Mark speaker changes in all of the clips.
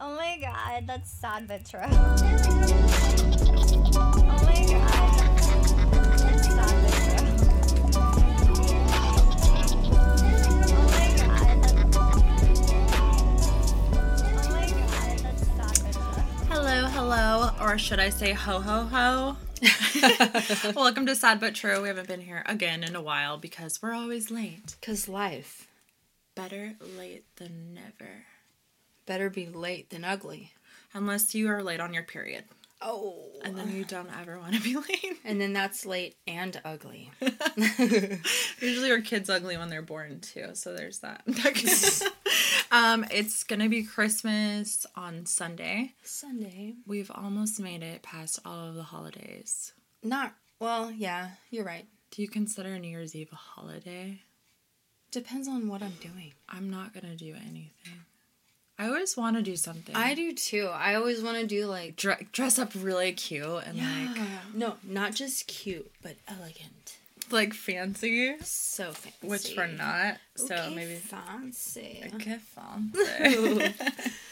Speaker 1: Oh my god, that's sad but true. Oh my god. That's sad but true. Oh my god. that's- Oh my god, that's sad but true.
Speaker 2: Hello, hello, or should I say ho ho ho? Welcome to Sad But True. We haven't been here again in a while because we're always late.
Speaker 3: Because life
Speaker 2: Better late than never.
Speaker 3: better be late than ugly.
Speaker 2: Unless you are late on your period.
Speaker 3: Oh.
Speaker 2: And then you don't ever want to be late.
Speaker 3: And then that's late and ugly.
Speaker 2: Usually our kids ugly when they're born too, so there's that. um, it's gonna be Christmas on Sunday.
Speaker 3: Sunday.
Speaker 2: We've almost made it past all of the holidays.
Speaker 3: Not, well, yeah, you're right.
Speaker 2: Do you consider New Year's Eve a holiday?
Speaker 3: Depends on what I'm doing.
Speaker 2: I'm not gonna do anything. I always want to do something.
Speaker 3: I do too. I always want to do like.
Speaker 2: Dre- dress up really cute and like
Speaker 3: no, not just cute, but elegant.
Speaker 2: like fancy,
Speaker 3: So fancy.
Speaker 2: which we're not. So
Speaker 3: okay,
Speaker 2: maybe
Speaker 3: fancy.
Speaker 2: okay, fancy.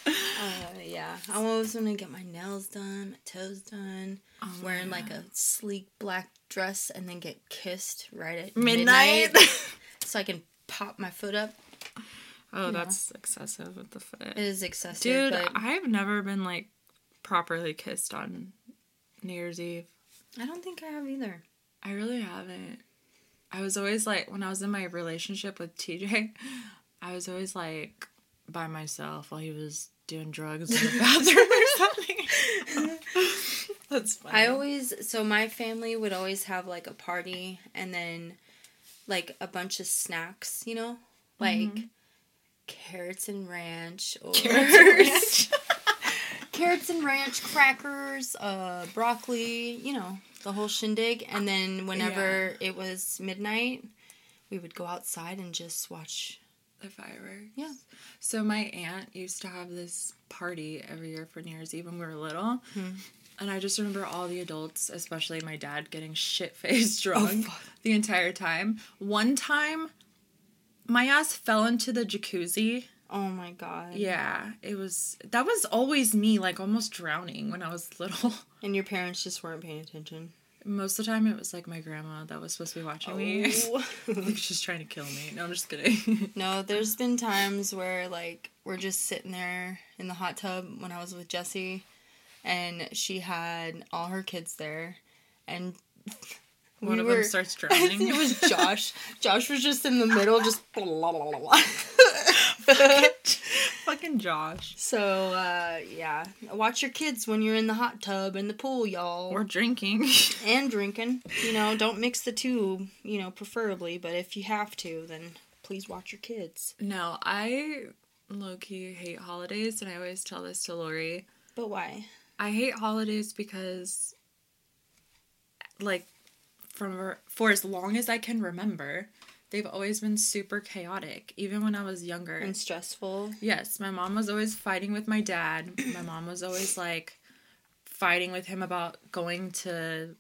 Speaker 3: Uh, yeah, I always want to get my nails done, my toes done, wearing like
Speaker 2: Ah.
Speaker 3: a sleek black dress, and then get kissed right at midnight,
Speaker 2: Midnight.
Speaker 3: so I can pop my foot up.
Speaker 2: oh, that's excessive with the foot,
Speaker 3: It is excessive,
Speaker 2: dude.
Speaker 3: but I,
Speaker 2: I've never been like properly kissed on New Year's Eve.
Speaker 3: don't think I have either.
Speaker 2: I really haven't. I was always like, when I was in my relationship with TJ, I was always like by myself while he was doing drugs in the bathroom or something. That's funny.
Speaker 3: I always so my family would always have like a party and then like a bunch of snacks, you know, like
Speaker 2: Mm-hmm.
Speaker 3: carrots and ranch or carrots and ranch crackers uh broccoli you know the whole shindig and then whenever it was midnight we would go outside and just watch
Speaker 2: the fireworks.
Speaker 3: yeah
Speaker 2: So my aunt used to have this party every year for New Year's Eve when we were little.
Speaker 3: Hmm.
Speaker 2: And I just remember all the adults, especially my dad, getting shit faced
Speaker 3: Oh,
Speaker 2: drunk the entire time. One time, my ass fell into the jacuzzi.
Speaker 3: oh my god
Speaker 2: Yeah, it was. That was always me, like almost drowning when I was little.
Speaker 3: and your parents just weren't paying attention
Speaker 2: Most of the time, it was like my grandma that was supposed to be watching me.
Speaker 3: Oh.
Speaker 2: like she's trying to kill me. No, I'm just kidding.
Speaker 3: no there's been times where like we're just sitting there in the hot tub when i was with jesse and she had all her kids there and
Speaker 2: One
Speaker 3: we
Speaker 2: of
Speaker 3: were-
Speaker 2: them starts
Speaker 3: I think
Speaker 2: drowning.
Speaker 3: it was Josh. Josh was just in the middle, just blah, blah, blah, blah.
Speaker 2: fucking Josh.
Speaker 3: So uh, yeah, watch your kids when you're in the hot tub and the pool, y'all,
Speaker 2: Or drinking.
Speaker 3: and drinking. You know, don't mix the two. You know, preferably, but if you have to, then please watch your kids.
Speaker 2: no, I low key hate holidays, and I always tell this to Lori.
Speaker 3: But why?
Speaker 2: I hate holidays because, like, from for as long as I can remember, they've always been super chaotic. Even when I was younger,
Speaker 3: And stressful.
Speaker 2: Yes, my mom was always fighting with my dad. My mom was always like fighting with him about going to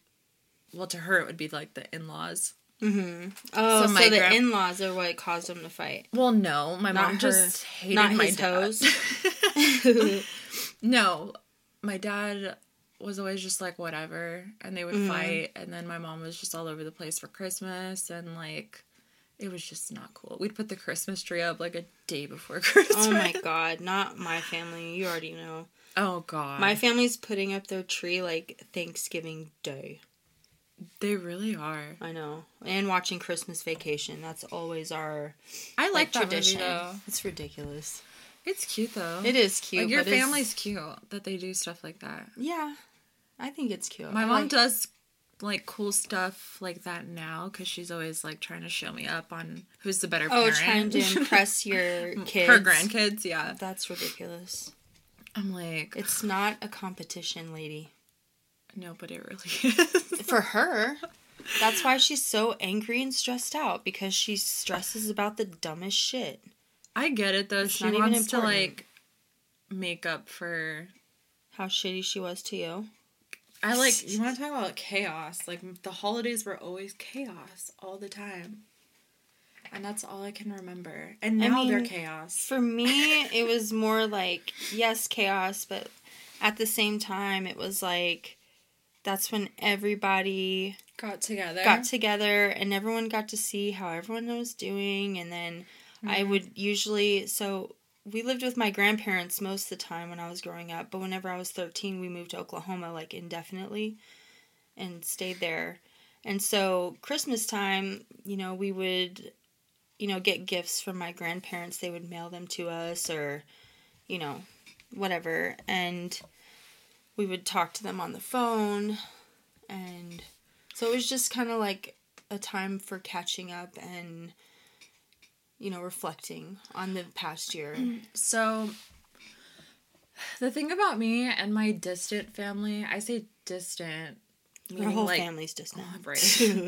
Speaker 2: well to her it would be like the in-laws.
Speaker 3: Oh,
Speaker 2: So
Speaker 3: so,
Speaker 2: my
Speaker 3: the
Speaker 2: grand-
Speaker 3: in-laws are what caused them to fight.
Speaker 2: Well, no, my
Speaker 3: Not
Speaker 2: mom
Speaker 3: her-
Speaker 2: just hated
Speaker 3: not
Speaker 2: my
Speaker 3: his
Speaker 2: dad.
Speaker 3: toes.
Speaker 2: No, my dad was always just like whatever and they would
Speaker 3: Mm-hmm.
Speaker 2: fight and then my mom was just all over the place for Christmas and like it was just not cool. We'd put the Christmas tree up like a day before Christmas.
Speaker 3: Oh my god, not my family. You already know.
Speaker 2: Oh god.
Speaker 3: My family's putting up their tree like Thanksgiving Day.
Speaker 2: they really are.
Speaker 3: I know. And watching Christmas Vacation. That's always our
Speaker 2: I like,
Speaker 3: like,
Speaker 2: that
Speaker 3: tradition.
Speaker 2: movie though.
Speaker 3: It's ridiculous.
Speaker 2: It's cute though.
Speaker 3: It is cute.
Speaker 2: Like your
Speaker 3: but it's-
Speaker 2: family's cute that they do stuff like that.
Speaker 3: Yeah, I think it's cute.
Speaker 2: My
Speaker 3: I
Speaker 2: mom
Speaker 3: like-
Speaker 2: does like cool stuff like that now because she's always like trying to show me up on who's the better
Speaker 3: Oh,
Speaker 2: parent.
Speaker 3: trying to impress your kids.
Speaker 2: her grandkids. Yeah,
Speaker 3: That's ridiculous.
Speaker 2: I'm like
Speaker 3: It's not a competition, lady.
Speaker 2: no, but it really is.
Speaker 3: For her, that's why she's so angry and stressed out because she stresses about the dumbest shit.
Speaker 2: I get it though.
Speaker 3: not
Speaker 2: she
Speaker 3: even
Speaker 2: wants to
Speaker 3: important.
Speaker 2: like make up for.
Speaker 3: How shitty she was to you.
Speaker 2: I like you want to talk about chaos. Like the holidays were always chaos all the time. and that's all I can remember. And
Speaker 3: I
Speaker 2: now they're
Speaker 3: mean,
Speaker 2: chaos.
Speaker 3: For me, it was more like, yes, chaos, but at the same time, it was like, that's when everybody
Speaker 2: Got together.
Speaker 3: got together and everyone got to see how everyone was doing. And then I would usually, so we lived with my grandparents most of the time when I was growing up, but whenever I was 13, we moved to Oklahoma like indefinitely and stayed there. And so Christmas time, you know, we would, you know, get gifts from my grandparents. They would mail them to us or, you know, whatever. And we would talk to them on the phone. And so it was just kind of like a time for catching up and, you know, reflecting on the past year.
Speaker 2: Mm-hmm. so the thing about me and my distant family, I say distant,
Speaker 3: Our
Speaker 2: meaning
Speaker 3: whole
Speaker 2: like oh,
Speaker 3: family's just now.
Speaker 2: right.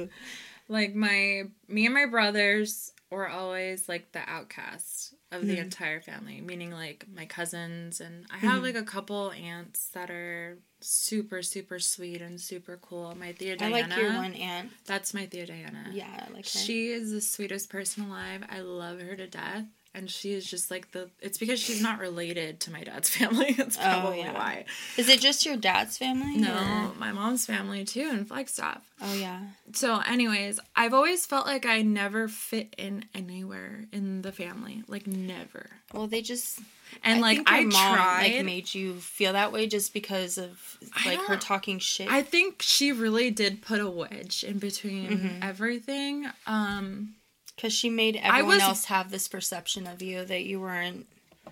Speaker 2: like my me and my brothers were always like the outcast of
Speaker 3: Mm-hmm.
Speaker 2: the entire family meaning like my cousins and i have like a couple aunts that are super super sweet and super cool my thea
Speaker 3: I
Speaker 2: diana
Speaker 3: like your one aunt.
Speaker 2: that's my thea diana
Speaker 3: Yeah, I like her.
Speaker 2: she is the sweetest person alive i love her to death and she is just like the it's because she's not related to my dad's family that's probably
Speaker 3: Oh, yeah.
Speaker 2: why
Speaker 3: Is it just your dad's family?
Speaker 2: no
Speaker 3: or-
Speaker 2: my mom's family too in flagstaff
Speaker 3: Oh, yeah.
Speaker 2: so anyways i've always felt like i never fit in anywhere in the family like never
Speaker 3: Well, they just
Speaker 2: and like
Speaker 3: think your
Speaker 2: i tried
Speaker 3: like made you feel that way just because of
Speaker 2: I
Speaker 3: like her
Speaker 2: don't-
Speaker 3: talking shit.
Speaker 2: i think she really did put a wedge in between
Speaker 3: Mm-hmm.
Speaker 2: everything um
Speaker 3: Because she made everyone
Speaker 2: was-
Speaker 3: else have this perception of you that you weren't.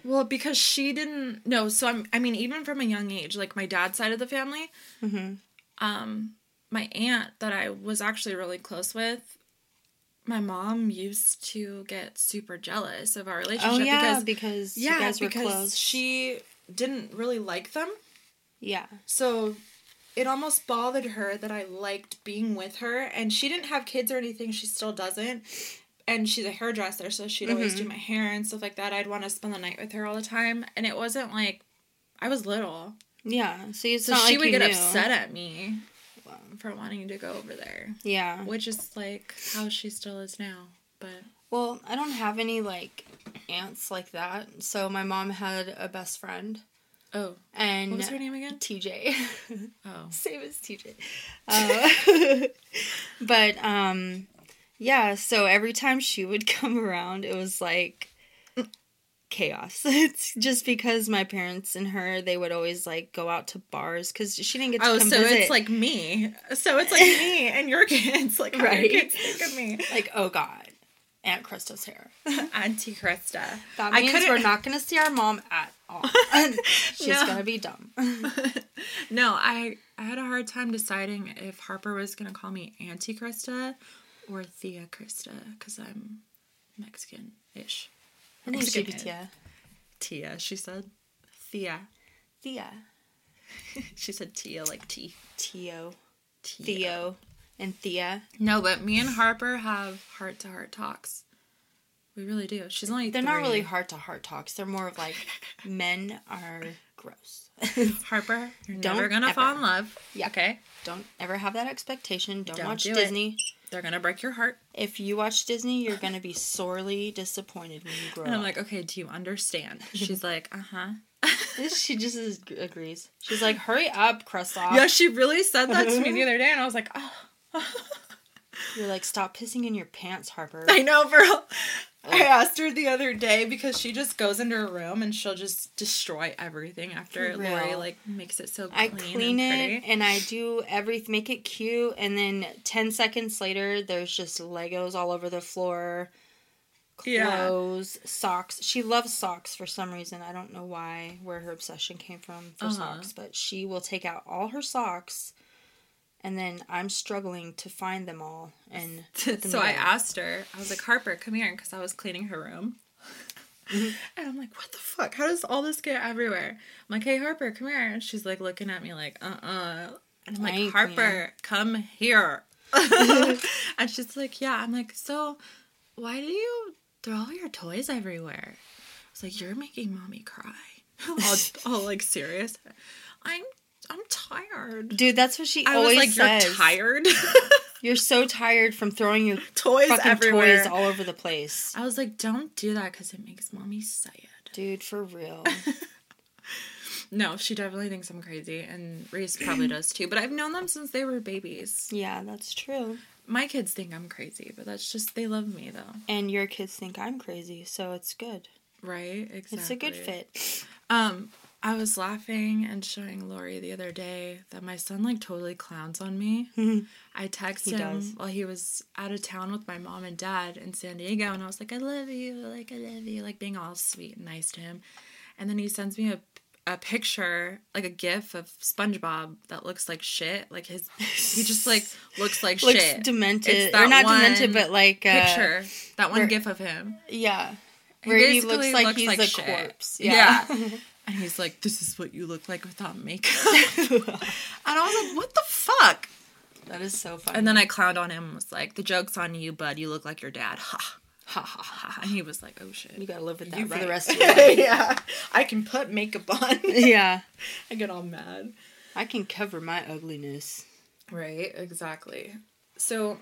Speaker 2: well because she didn't no so i'm i mean even from a young age like my dad's side of the family Mm-hmm. um my aunt that i was actually really close with my mom used to get super jealous of our relationship
Speaker 3: Oh yeah,
Speaker 2: because
Speaker 3: because, you guys were close.
Speaker 2: she didn't really like them.
Speaker 3: yeah,
Speaker 2: So it almost bothered her that I liked being with her. And she didn't have kids or anything. She still doesn't. And she's a hairdresser, so she'd always
Speaker 3: Mm-hmm.
Speaker 2: do my hair and stuff like that. I'd want to spend the night with her all the time. And it wasn't like I was little.
Speaker 3: yeah. So it's
Speaker 2: So
Speaker 3: not
Speaker 2: she
Speaker 3: like
Speaker 2: would
Speaker 3: you
Speaker 2: get
Speaker 3: knew.
Speaker 2: upset at me
Speaker 3: Wow.
Speaker 2: for wanting to go over there,
Speaker 3: Yeah.
Speaker 2: which is like how she still is now. But
Speaker 3: Well, I don't have any like aunts like that. So my mom had a best friend
Speaker 2: oh,
Speaker 3: and
Speaker 2: what was her name again?
Speaker 3: TJ.
Speaker 2: Oh,
Speaker 3: Same as TJ. Uh, but um, yeah. So every time she would come around, it was like chaos. It's just because my parents and her, they would always like go out to bars because she didn't get to
Speaker 2: Oh,
Speaker 3: come
Speaker 2: so
Speaker 3: visit.
Speaker 2: it's like me. So it's like me and your kids. Like, how do
Speaker 3: Right.
Speaker 2: your kids think of me?
Speaker 3: like oh god, Aunt Krista's hair.
Speaker 2: Auntie Krista.
Speaker 3: That
Speaker 2: I
Speaker 3: means
Speaker 2: couldn't-
Speaker 3: we're not gonna see our mom at all. She's
Speaker 2: No.
Speaker 3: gonna be dumb.
Speaker 2: No, I, I had a hard time deciding if Harper was going to call me Auntie Krista or Thea Krista because I'm Mexican ish.
Speaker 3: Her name should be
Speaker 2: Mexican.
Speaker 3: Tia.
Speaker 2: Tia, she said. Thea.
Speaker 3: Thea.
Speaker 2: She said Tia like tea.
Speaker 3: Tio.
Speaker 2: Tia.
Speaker 3: Theo. And Thea.
Speaker 2: No, but me and Harper have heart to heart talks. We really do. She's only
Speaker 3: They're not
Speaker 2: three.
Speaker 3: really heart to heart talks. They're more of like men are gross.
Speaker 2: Harper, you're
Speaker 3: Don't
Speaker 2: never gonna fall
Speaker 3: ever.
Speaker 2: in love.
Speaker 3: Yeah.
Speaker 2: Okay.
Speaker 3: Don't ever have that expectation. Don't,
Speaker 2: Don't
Speaker 3: watch
Speaker 2: do it.
Speaker 3: Disney.
Speaker 2: They're gonna break your heart.
Speaker 3: If you watch Disney, you're gonna be sorely disappointed when you grow
Speaker 2: And I'm
Speaker 3: up.
Speaker 2: like, okay, do you understand? She's like, uh huh.
Speaker 3: she just is, agrees. She's like, "Hurry up, crust off."
Speaker 2: Yeah, she really said that to
Speaker 3: Uh-huh.
Speaker 2: me the other day, and I was like, oh,
Speaker 3: You're like, "Stop pissing in your pants, Harper."
Speaker 2: I know, bro. I asked her the other day because she just goes into her room and she'll just destroy everything after
Speaker 3: For real.
Speaker 2: Lori like makes it so clean.
Speaker 3: I clean
Speaker 2: and
Speaker 3: it
Speaker 2: pretty.
Speaker 3: and I do everything, make it cute, and then ten seconds later, there's just Legos all over the floor,
Speaker 2: Yeah.
Speaker 3: clothes, socks. She loves socks for some reason. I don't know why, where her obsession came from for
Speaker 2: Uh-huh.
Speaker 3: socks, but she will take out all her socks, and then I'm struggling to find them all. And put them
Speaker 2: so I
Speaker 3: together.
Speaker 2: asked her, I was like, Harper, come here, because I was cleaning her room.
Speaker 3: Mm-hmm.
Speaker 2: and I'm like, what the fuck? How does all this get everywhere? I'm like, hey, Harper, come here. And she's like looking at me like, uh uh And I'm
Speaker 3: I
Speaker 2: like,
Speaker 3: ain't
Speaker 2: Harper,
Speaker 3: cleaning."
Speaker 2: come here. and she's like, yeah. I'm like, so why do you throw all your toys everywhere? I was like, you're making mommy cry. all, all like serious. I'm I'm tired.
Speaker 3: Dude, that's what she
Speaker 2: I
Speaker 3: always
Speaker 2: was like,
Speaker 3: says.
Speaker 2: you're tired.
Speaker 3: You're so tired from throwing your
Speaker 4: Toys
Speaker 3: fucking
Speaker 4: everywhere.
Speaker 3: toys all over the place.
Speaker 2: I was like, don't do that because it makes mommy sad.
Speaker 3: Dude, for real.
Speaker 2: No, she definitely thinks I'm crazy, and Reese probably does too. But I've known them since they were babies.
Speaker 3: yeah, that's true.
Speaker 2: My kids think I'm crazy, but that's just they love me though,
Speaker 3: And your kids think I'm crazy, so it's good.
Speaker 2: right? Exactly.
Speaker 3: It's a good fit.
Speaker 2: Um, I was laughing and showing Lori the other day that my son like totally clowns on me. I texted
Speaker 3: He
Speaker 2: him
Speaker 3: does.
Speaker 2: while he was out of town with my mom and dad in San Diego, and I was like, "I love you, like I love you," like being all sweet and nice to him. And then he sends me a a picture, like a GIF of SpongeBob that looks like shit. Like his, he just like looks like
Speaker 3: Looks
Speaker 2: shit.
Speaker 3: demented.
Speaker 2: It's
Speaker 3: or
Speaker 2: that
Speaker 3: not
Speaker 2: one
Speaker 3: demented, but like uh,
Speaker 2: picture that one
Speaker 3: where-
Speaker 2: GIF of him.
Speaker 3: Yeah. Where he
Speaker 2: basically
Speaker 3: looks like
Speaker 2: looks
Speaker 3: he's
Speaker 2: like
Speaker 3: a
Speaker 2: shit.
Speaker 3: corpse. Yeah.
Speaker 2: And he's like, "This is what you look like without makeup." and I was like, "What the fuck?"
Speaker 3: that is so funny.
Speaker 2: And then I clowned on him and was like, the joke's on you, bud. You look like your dad. Ha.
Speaker 3: ha ha ha.
Speaker 2: ha. And he was like, oh shit.
Speaker 3: You gotta live with that
Speaker 2: You
Speaker 3: for
Speaker 2: right.
Speaker 3: the rest of your life.
Speaker 4: yeah, I can put makeup on.
Speaker 3: yeah.
Speaker 4: I get all mad.
Speaker 3: I can cover my ugliness.
Speaker 2: Right, exactly. So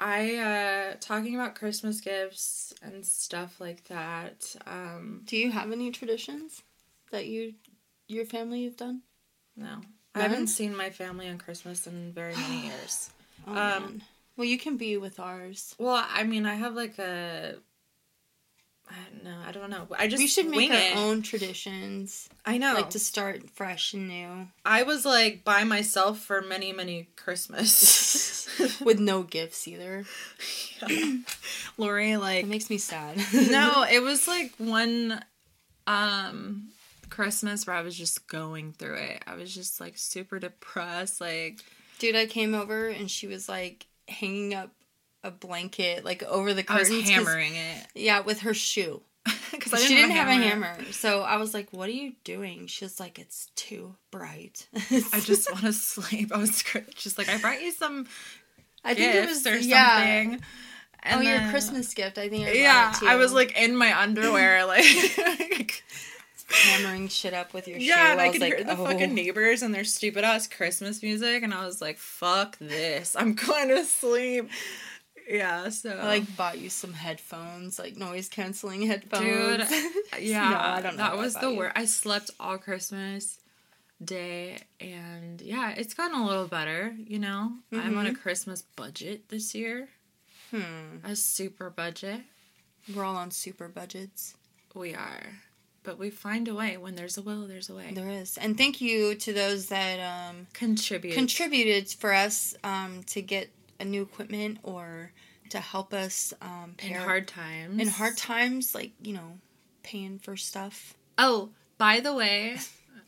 Speaker 2: I, uh, talking about Christmas gifts and stuff like that, um,
Speaker 3: Do you have any traditions that you your family have done?
Speaker 2: no. I
Speaker 3: None?
Speaker 2: haven't seen my family on Christmas in very many years.
Speaker 3: Oh,
Speaker 2: Um,
Speaker 3: man. Well, you can be with ours.
Speaker 2: Well, I mean, I have like a. I don't know. I don't know. I just
Speaker 3: We should make
Speaker 2: wing
Speaker 3: our
Speaker 2: it. Oh.
Speaker 3: own traditions,
Speaker 2: I know.
Speaker 3: like to start fresh and new,
Speaker 2: I was like by myself for many, many Christmas.
Speaker 3: with no gifts either.
Speaker 2: Lori, like
Speaker 3: It makes me sad.
Speaker 2: no, it was like one um Christmas where I was just going through it. I was just like super depressed. Like
Speaker 3: dude, I came over and she was like hanging up a blanket like over the
Speaker 2: I was
Speaker 3: curtains. 'cause-
Speaker 2: hammering it
Speaker 3: Yeah, with her shoe.
Speaker 2: because
Speaker 3: she didn't have a hammer. So I was like, "What are you doing?" She was like, "It's too bright."
Speaker 2: I just want to sleep. I was cr- just like, I brought you some
Speaker 3: I
Speaker 2: gifts or something. And
Speaker 3: oh, your
Speaker 2: then-
Speaker 3: Christmas gift. I think I
Speaker 2: Yeah,
Speaker 3: bought it
Speaker 2: I was
Speaker 3: too.
Speaker 2: like in my underwear, like
Speaker 3: hammering shit up with your shoe.
Speaker 2: Yeah, and I,
Speaker 3: was
Speaker 2: could
Speaker 3: like,
Speaker 2: hear the
Speaker 3: oh.
Speaker 2: fucking neighbors and their stupid ass Christmas music, and I was like, "Fuck this! I'm going to sleep." Yeah, so uh,
Speaker 3: I like bought you some headphones, like noise canceling headphones.
Speaker 2: oh. dude, yeah,
Speaker 3: No, I don't know
Speaker 2: that
Speaker 3: about
Speaker 2: was
Speaker 3: that
Speaker 2: the
Speaker 3: either.
Speaker 2: worst. I slept all Christmas day, and yeah, it's gotten a little better. You know, I'm
Speaker 3: Mm-hmm.
Speaker 2: on a Christmas budget this year,
Speaker 3: hmm.
Speaker 2: a super budget.
Speaker 3: We're all on super budgets.
Speaker 2: We are, but we find a way. When there's a will, there's a way.
Speaker 3: There is, and thank you to those that um,
Speaker 2: Contribute.
Speaker 3: contributed for us um, to get a new equipment or to help us um, pay
Speaker 2: in
Speaker 3: our-
Speaker 2: hard times.
Speaker 3: in hard times, like you know, paying for stuff.
Speaker 2: Oh, by the way,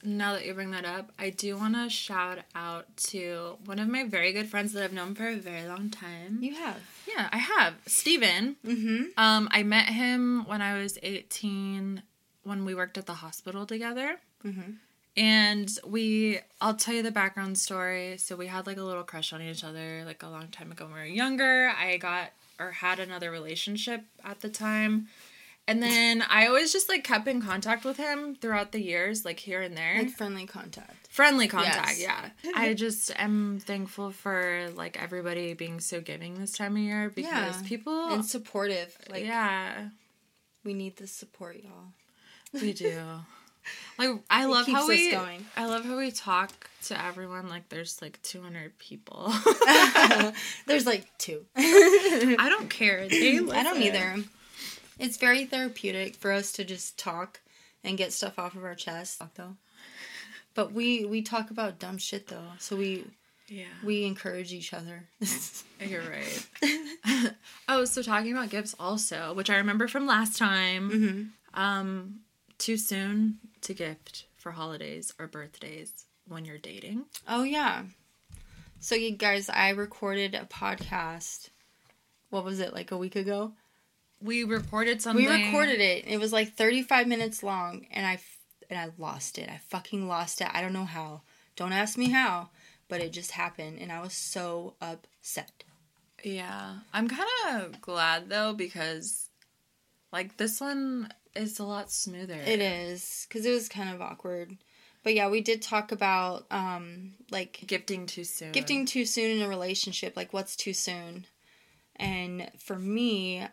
Speaker 2: now that you bring that up, I do want to shout out to one of my very good friends that I've known for a very long time.
Speaker 3: You have.
Speaker 2: yeah, I have. Steven.
Speaker 3: Mm-hmm.
Speaker 2: Um, I met him when I was 18 when we worked at the hospital together.
Speaker 3: Mhm.
Speaker 2: And we, I'll tell you the background story. So we had like a little crush on each other like a long time ago when we were younger. I got or had another relationship at the time. And then I always just like kept in contact with him throughout the years, like here and there
Speaker 3: Like friendly contact.
Speaker 2: friendly contact
Speaker 3: Yes.
Speaker 2: yeah i just am thankful for like everybody being so giving this time of year because
Speaker 3: Yeah.
Speaker 2: people
Speaker 3: And supportive. Like
Speaker 2: yeah
Speaker 3: we need the support, y'all.
Speaker 2: we do like i love
Speaker 3: keeps
Speaker 2: how
Speaker 3: us
Speaker 2: we
Speaker 3: going.
Speaker 2: i love how we talk to everyone like there's like 200 people
Speaker 3: There's like two.
Speaker 2: i don't care they
Speaker 3: I don't
Speaker 2: listen.
Speaker 3: either. It's very therapeutic for us to just talk and get stuff off of our chest, though. But we we talk about dumb shit though, so we
Speaker 2: yeah
Speaker 3: we encourage each other.
Speaker 2: you're right oh so talking about gifts also which i remember from last time
Speaker 3: Mm-hmm.
Speaker 2: um too soon to gift for holidays or birthdays when you're dating
Speaker 3: oh yeah. So you guys, I recorded a podcast. What was it like a week ago?
Speaker 2: We recorded something.
Speaker 3: We recorded it. It was like 35 minutes long, and I f- and I lost it. I fucking lost it. I don't know how. Don't ask me how, but it just happened, and I was so upset.
Speaker 2: Yeah. I'm kind of glad though because like this one it's a lot smoother.
Speaker 3: It is because it was kind of awkward, but yeah, we did talk about um like
Speaker 2: Gifting too soon.
Speaker 3: gifting too soon in a relationship. Like what's too soon, and for me.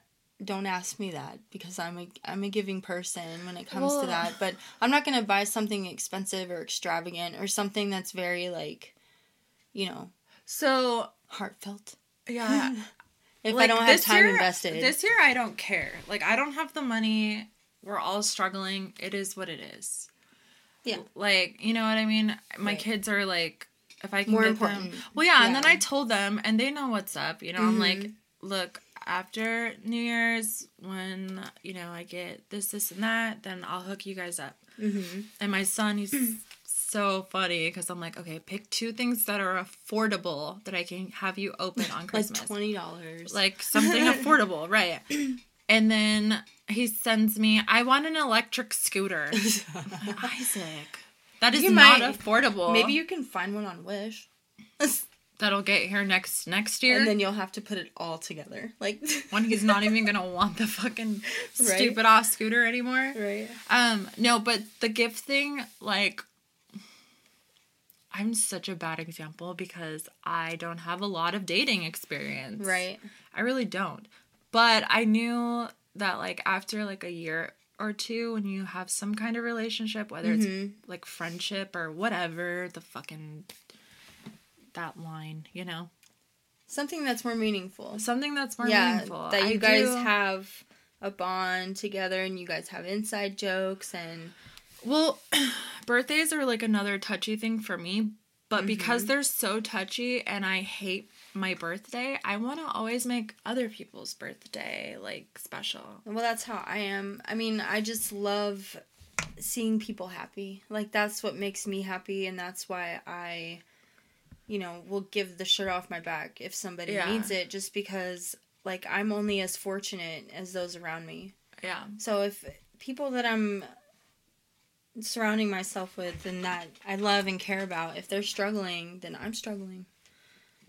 Speaker 3: Don't ask me that because I'm a I'm a giving person when it comes
Speaker 2: Well-
Speaker 3: to that. But I'm not gonna buy something expensive or extravagant or something that's very like, you know,
Speaker 2: So
Speaker 3: heartfelt.
Speaker 2: yeah,
Speaker 3: If
Speaker 2: like,
Speaker 3: I don't have
Speaker 2: this
Speaker 3: time
Speaker 2: year-
Speaker 3: invested,
Speaker 2: This year I don't care. Like I don't have the money. We're all struggling. It is what it is.
Speaker 3: Yeah.
Speaker 2: Like, you know what I mean? My
Speaker 3: Right.
Speaker 2: kids are like if I can
Speaker 3: More
Speaker 2: get
Speaker 3: important.
Speaker 2: them. Well, yeah, and then
Speaker 3: Yeah. Mm-hmm.
Speaker 2: I told them and they know what's up. You know, I'm like, look, after New Year's when, you know, I get this this and that, then I'll hook you guys up.
Speaker 3: Mm-hmm.
Speaker 2: And my son,
Speaker 3: Mm.
Speaker 2: he's so funny because I'm like, okay, pick two things that are affordable that I can have you open on
Speaker 3: like
Speaker 2: Christmas
Speaker 3: twenty dollars,
Speaker 2: like something affordable, right? And then he sends me, I want an electric scooter. Isaac, that is
Speaker 3: You
Speaker 2: not
Speaker 3: might-
Speaker 2: affordable.
Speaker 3: maybe you can find one on Wish,
Speaker 2: that'll get here next next year
Speaker 3: and then you'll have to put it all together, like
Speaker 2: when he's not even gonna want the fucking
Speaker 3: Right.
Speaker 2: stupid off scooter anymore.
Speaker 3: right.
Speaker 2: Um, no, but the gift thing, like, I'm such a bad example because I don't have a lot of dating experience.
Speaker 3: Right.
Speaker 2: I really don't. But I knew that like after like a year or two when you have some kind of relationship, whether
Speaker 3: Mm-hmm.
Speaker 2: it's like friendship or whatever, the fucking that line, you know.
Speaker 3: Something that's more meaningful.
Speaker 2: Something that's more
Speaker 3: yeah,
Speaker 2: meaningful.
Speaker 3: that
Speaker 2: I
Speaker 3: you guys
Speaker 2: do-
Speaker 3: have a bond together, and you guys have inside jokes, and
Speaker 2: Well, birthdays are like another touchy thing for me, but
Speaker 3: Mm-hmm.
Speaker 2: because they're so touchy and I hate my birthday, I want to always make other people's birthday like special.
Speaker 3: well, that's how I am. I mean, I just love seeing people happy. Like that's what makes me happy, and that's why I. You know, will give the shirt off my back if somebody
Speaker 2: Yeah.
Speaker 3: needs it just because, like, I'm only as fortunate as those around me.
Speaker 2: Yeah.
Speaker 3: So if people that I'm surrounding myself with and that I love and care about, if they're struggling, then I'm struggling.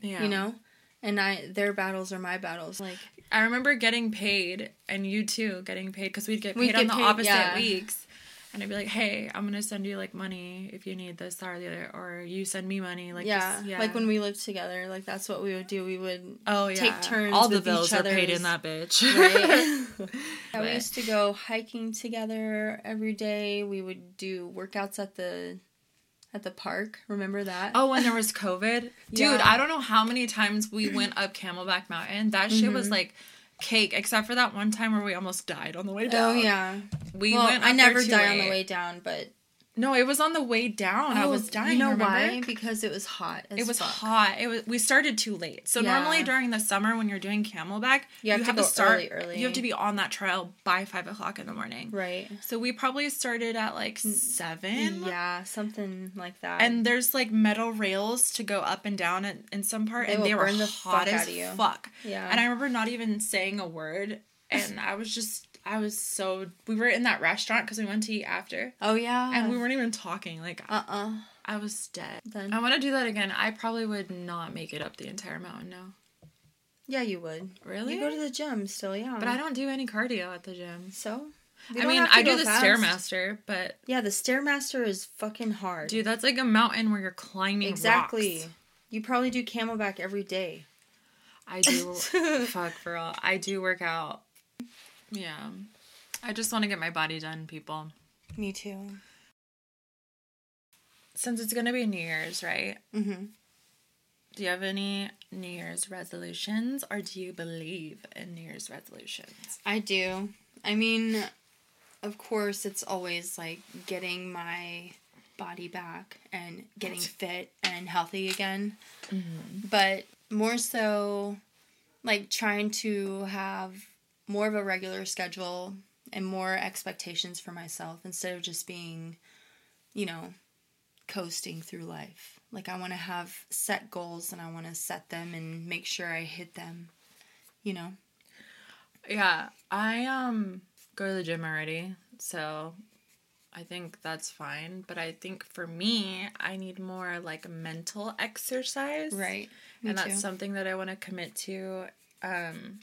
Speaker 2: Yeah.
Speaker 3: You know? And I their battles are my battles. Like
Speaker 2: I remember getting paid, and you too getting paid because we'd get paid
Speaker 3: We'd
Speaker 2: on
Speaker 3: get
Speaker 2: the
Speaker 3: paid,
Speaker 2: opposite
Speaker 3: yeah.
Speaker 2: weeks. And I'd be like, "Hey, I'm gonna send you like money if you need this, that, or the other, or you send me money." Like,
Speaker 3: yeah,
Speaker 2: just-
Speaker 3: Like when we lived together, like that's what we would do. We would
Speaker 2: oh yeah,
Speaker 3: take turns
Speaker 2: All the
Speaker 3: with each
Speaker 2: bills are paid
Speaker 3: other's-
Speaker 2: in that bitch.
Speaker 3: right? yeah, we
Speaker 2: But-
Speaker 3: used to go hiking together every day. We would do workouts at the at the park. Remember that?
Speaker 2: oh, when there was COVID, dude,
Speaker 3: Yeah.
Speaker 2: I don't know how many times we went up Camelback Mountain. That shit
Speaker 3: Mm-hmm.
Speaker 2: was like cake, except for that one time where we almost died on the way
Speaker 3: Oh
Speaker 2: down.
Speaker 3: yeah.
Speaker 2: we
Speaker 3: well,
Speaker 2: went.
Speaker 3: I
Speaker 2: up there
Speaker 3: never
Speaker 2: too
Speaker 3: die on the
Speaker 2: late.
Speaker 3: way down, but
Speaker 2: No, it was on the way down. I
Speaker 3: Oh,
Speaker 2: was dying.
Speaker 3: You know
Speaker 2: remember?
Speaker 3: why? Because it was hot. as
Speaker 2: It was
Speaker 3: fuck.
Speaker 2: hot. It was. We started too late. So
Speaker 3: Yeah.
Speaker 2: normally during the summer when you're doing Camelback,
Speaker 3: You have to go early, early.
Speaker 2: You have to be on that trail by five o'clock in the morning.
Speaker 3: Right. Mm,
Speaker 2: So we probably started at like seven.
Speaker 3: Yeah, something like that.
Speaker 2: And there's like metal rails to go up and down in, in some part,
Speaker 3: They
Speaker 2: and
Speaker 3: will
Speaker 2: they were
Speaker 3: burn the
Speaker 2: hot
Speaker 3: fuck
Speaker 2: as
Speaker 3: out of you.
Speaker 2: fuck.
Speaker 3: Yeah.
Speaker 2: And I remember not even saying a word, and I was just, I was so. We were in that restaurant because we went to eat after,
Speaker 3: oh yeah.
Speaker 2: and we weren't even talking. Like
Speaker 3: Uh uh
Speaker 2: I was dead.
Speaker 3: Done.
Speaker 2: I want to do that again. I probably would not make it up the entire mountain now.
Speaker 3: Yeah, you would.
Speaker 2: Really?
Speaker 3: You go to the gym still, yeah.
Speaker 2: but I don't do any cardio at the gym.
Speaker 3: So. You
Speaker 2: I
Speaker 3: don't
Speaker 2: mean,
Speaker 3: have to
Speaker 2: I do
Speaker 3: go
Speaker 2: the
Speaker 3: fast.
Speaker 2: stairmaster, but
Speaker 3: Yeah, the stairmaster is fucking hard.
Speaker 2: dude, that's like a mountain where you're climbing
Speaker 3: exactly.
Speaker 2: rocks.
Speaker 3: You probably do camelback every day.
Speaker 2: I do. fuck for all. I do work out. Yeah, I just want to get my body done, people.
Speaker 3: Me too.
Speaker 2: Since it's gonna be New Year's, right?
Speaker 3: Mm-hmm.
Speaker 2: Do you have any New Year's resolutions, or do you believe in New Year's resolutions?
Speaker 3: I do. I mean, of course, it's always like getting my body back and getting fit and healthy again. But more so, like trying to have more of a regular schedule and more expectations for myself instead of just being, you know, coasting through life. Like, I want to have set goals and I want to set them and make sure I hit them, you know?
Speaker 2: Yeah, I um go to the gym already, so I think that's fine. But I think for me, I need more like mental exercise,
Speaker 3: Right. Me
Speaker 2: and
Speaker 3: too.
Speaker 2: that's something that I want to commit to. Um,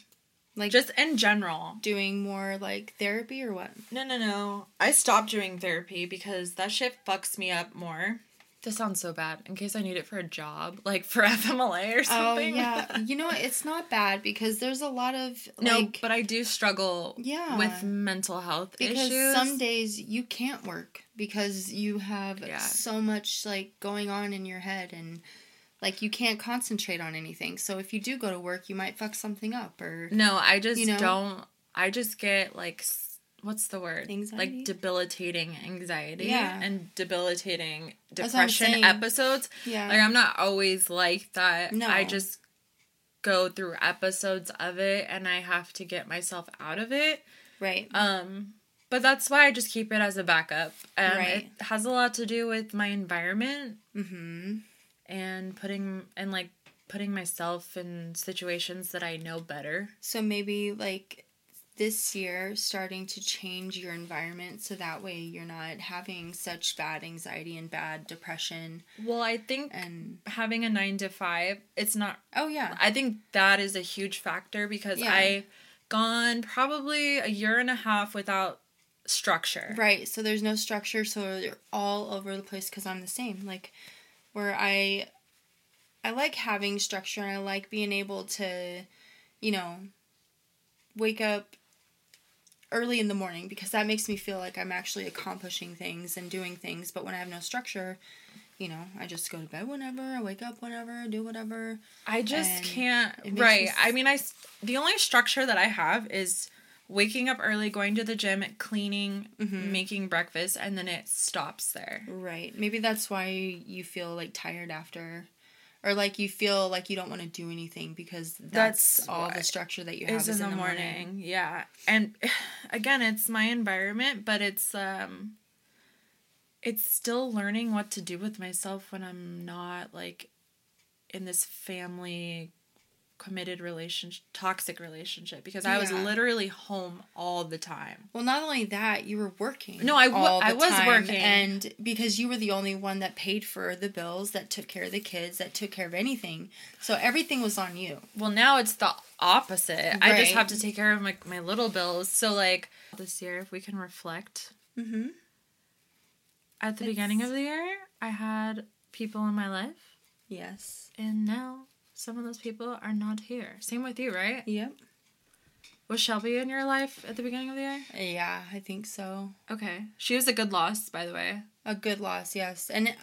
Speaker 3: Like
Speaker 2: Just in general.
Speaker 3: doing more like therapy or what?
Speaker 2: No, no, no. I stopped doing therapy because that shit fucks me up more. This sounds so bad. In case I need it for a job, like for FMLA or something.
Speaker 3: Oh yeah. you know what? It's not bad because there's a lot of
Speaker 2: No,
Speaker 3: like,
Speaker 2: but I do struggle
Speaker 3: Yeah.
Speaker 2: with mental health
Speaker 3: because
Speaker 2: issues.
Speaker 3: some days you can't work because you have
Speaker 2: Yeah.
Speaker 3: so much like going on in your head and like you can't concentrate on anything. So if you do go to work, you might fuck something up or
Speaker 2: no, I just
Speaker 3: you know?
Speaker 2: don't. I just get like, s- what's the word?
Speaker 3: Anxiety?
Speaker 2: Like debilitating anxiety
Speaker 3: Yeah.
Speaker 2: and debilitating
Speaker 3: That's what I'm
Speaker 2: depression
Speaker 3: saying.
Speaker 2: episodes.
Speaker 3: yeah.
Speaker 2: Like I'm not always like that.
Speaker 3: No.
Speaker 2: I just go through episodes of it and I have to get myself out of it.
Speaker 3: right.
Speaker 2: Um but that's why I just keep it as a backup. And
Speaker 3: Right.
Speaker 2: it has a lot to do with my environment
Speaker 3: mhm.
Speaker 2: and putting and like putting myself in situations that I know better.
Speaker 3: So maybe like this year starting to change your environment so that way you're not having such bad anxiety and bad depression
Speaker 2: Well, I think
Speaker 3: and
Speaker 2: having a 9 to 5, it's not
Speaker 3: oh yeah.
Speaker 2: I think that is a huge factor because
Speaker 3: Yeah.
Speaker 2: I've gone probably a year and a half without structure.
Speaker 3: Right. So there's no structure, so they're all over the place because I'm the same. Like where I I like having structure and I like being able to, you know, wake up early in the morning because that makes me feel like I'm actually accomplishing things and doing things, but when I have no structure, you know, I just go to bed whenever, I wake up whenever, do whatever.
Speaker 2: I just
Speaker 3: and
Speaker 2: can't.
Speaker 3: it makes me
Speaker 2: Right.
Speaker 3: s-
Speaker 2: I mean, I s- the only structure that I have is waking up early, going to the gym, cleaning,
Speaker 3: Mm-hmm.
Speaker 2: making breakfast, and then it stops there.
Speaker 3: Right. Maybe that's why you feel like tired after or like you feel like you don't want to do anything because that's,
Speaker 2: That's
Speaker 3: all the
Speaker 2: what
Speaker 3: structure that you have
Speaker 2: Is in the, morning. Yeah. And again, it's my environment, but it's um it's still learning what to do with myself when I'm not like in this family committed relationship toxic relationship because I was
Speaker 3: Yeah.
Speaker 2: literally home all the time.
Speaker 3: Well, not only that, you were working.
Speaker 2: No, I wa- I was working.
Speaker 3: and because you were the only one that paid for the bills, that took care of the kids, that took care of anything, so everything was on you.
Speaker 2: Well, now it's the opposite. I just
Speaker 3: Right.
Speaker 2: have to take care of my, my little bills. So, like, this year, if we can reflect,
Speaker 3: Mm-hmm.
Speaker 2: at the
Speaker 3: It's-
Speaker 2: beginning of the year, I had people in my life,
Speaker 3: Yes.
Speaker 2: and now some of those people are not here. Same with you, right?
Speaker 3: Yep.
Speaker 2: Was Shelby in your life at the beginning of the year?
Speaker 3: Yeah, I think so.
Speaker 2: Okay. She was a good loss, by the way.
Speaker 3: A good loss, yes. And it-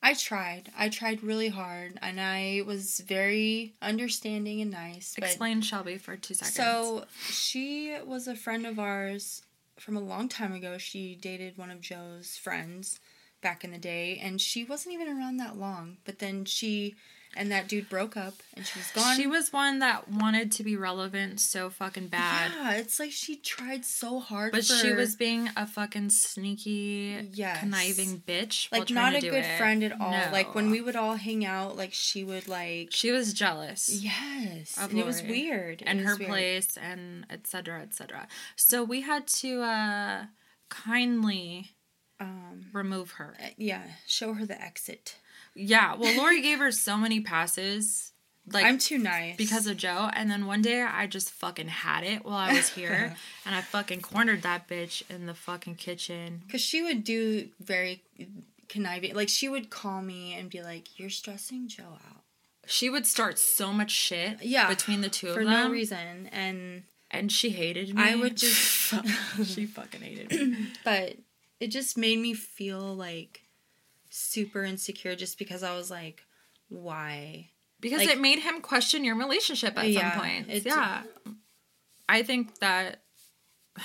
Speaker 3: I tried. I tried really hard, and I was very understanding and nice. but-
Speaker 2: Explain Shelby for two seconds.
Speaker 3: So she was a friend of ours from a long time ago. She dated one of Joe's friends back in the day, and she wasn't even around that long. But then she and that dude broke up, and she was gone.
Speaker 2: she was one that wanted to be relevant so fucking bad.
Speaker 3: Yeah, it's like she tried so hard,
Speaker 2: But
Speaker 3: for,
Speaker 2: she was being a fucking sneaky,
Speaker 3: Yes.
Speaker 2: conniving bitch. while
Speaker 3: like
Speaker 2: trying
Speaker 3: not
Speaker 2: to
Speaker 3: a
Speaker 2: do
Speaker 3: good
Speaker 2: it.
Speaker 3: friend at all.
Speaker 2: No.
Speaker 3: Like when we would all hang out, like she would like
Speaker 2: she was jealous.
Speaker 3: yes,
Speaker 2: Of
Speaker 3: and it was
Speaker 2: Lori.
Speaker 3: weird. It
Speaker 2: and her
Speaker 3: was weird.
Speaker 2: place and et cetera, et cetera. So we had to uh, kindly
Speaker 3: Um,
Speaker 2: remove her.
Speaker 3: yeah, show her the exit.
Speaker 2: Yeah. Well, Lori gave her so many passes, like
Speaker 3: I'm too nice
Speaker 2: because of Joe. And then one day I just fucking had it while I was here, and I fucking cornered that bitch in the fucking kitchen.
Speaker 3: Because she would do very conniving. Like, she would call me and be like, You're stressing Joe out.
Speaker 2: She would start so much shit.
Speaker 3: Yeah,
Speaker 2: Between the two
Speaker 3: For
Speaker 2: of
Speaker 3: no
Speaker 2: them,
Speaker 3: reason. And,
Speaker 2: and she hated me.
Speaker 3: I would just-
Speaker 2: she fucking hated me.
Speaker 3: but it just made me feel like super insecure just because I was like, Why?
Speaker 2: Because
Speaker 3: Like-
Speaker 2: it made him question your relationship at
Speaker 3: Yeah,
Speaker 2: some point.
Speaker 3: it-
Speaker 2: yeah. I think that.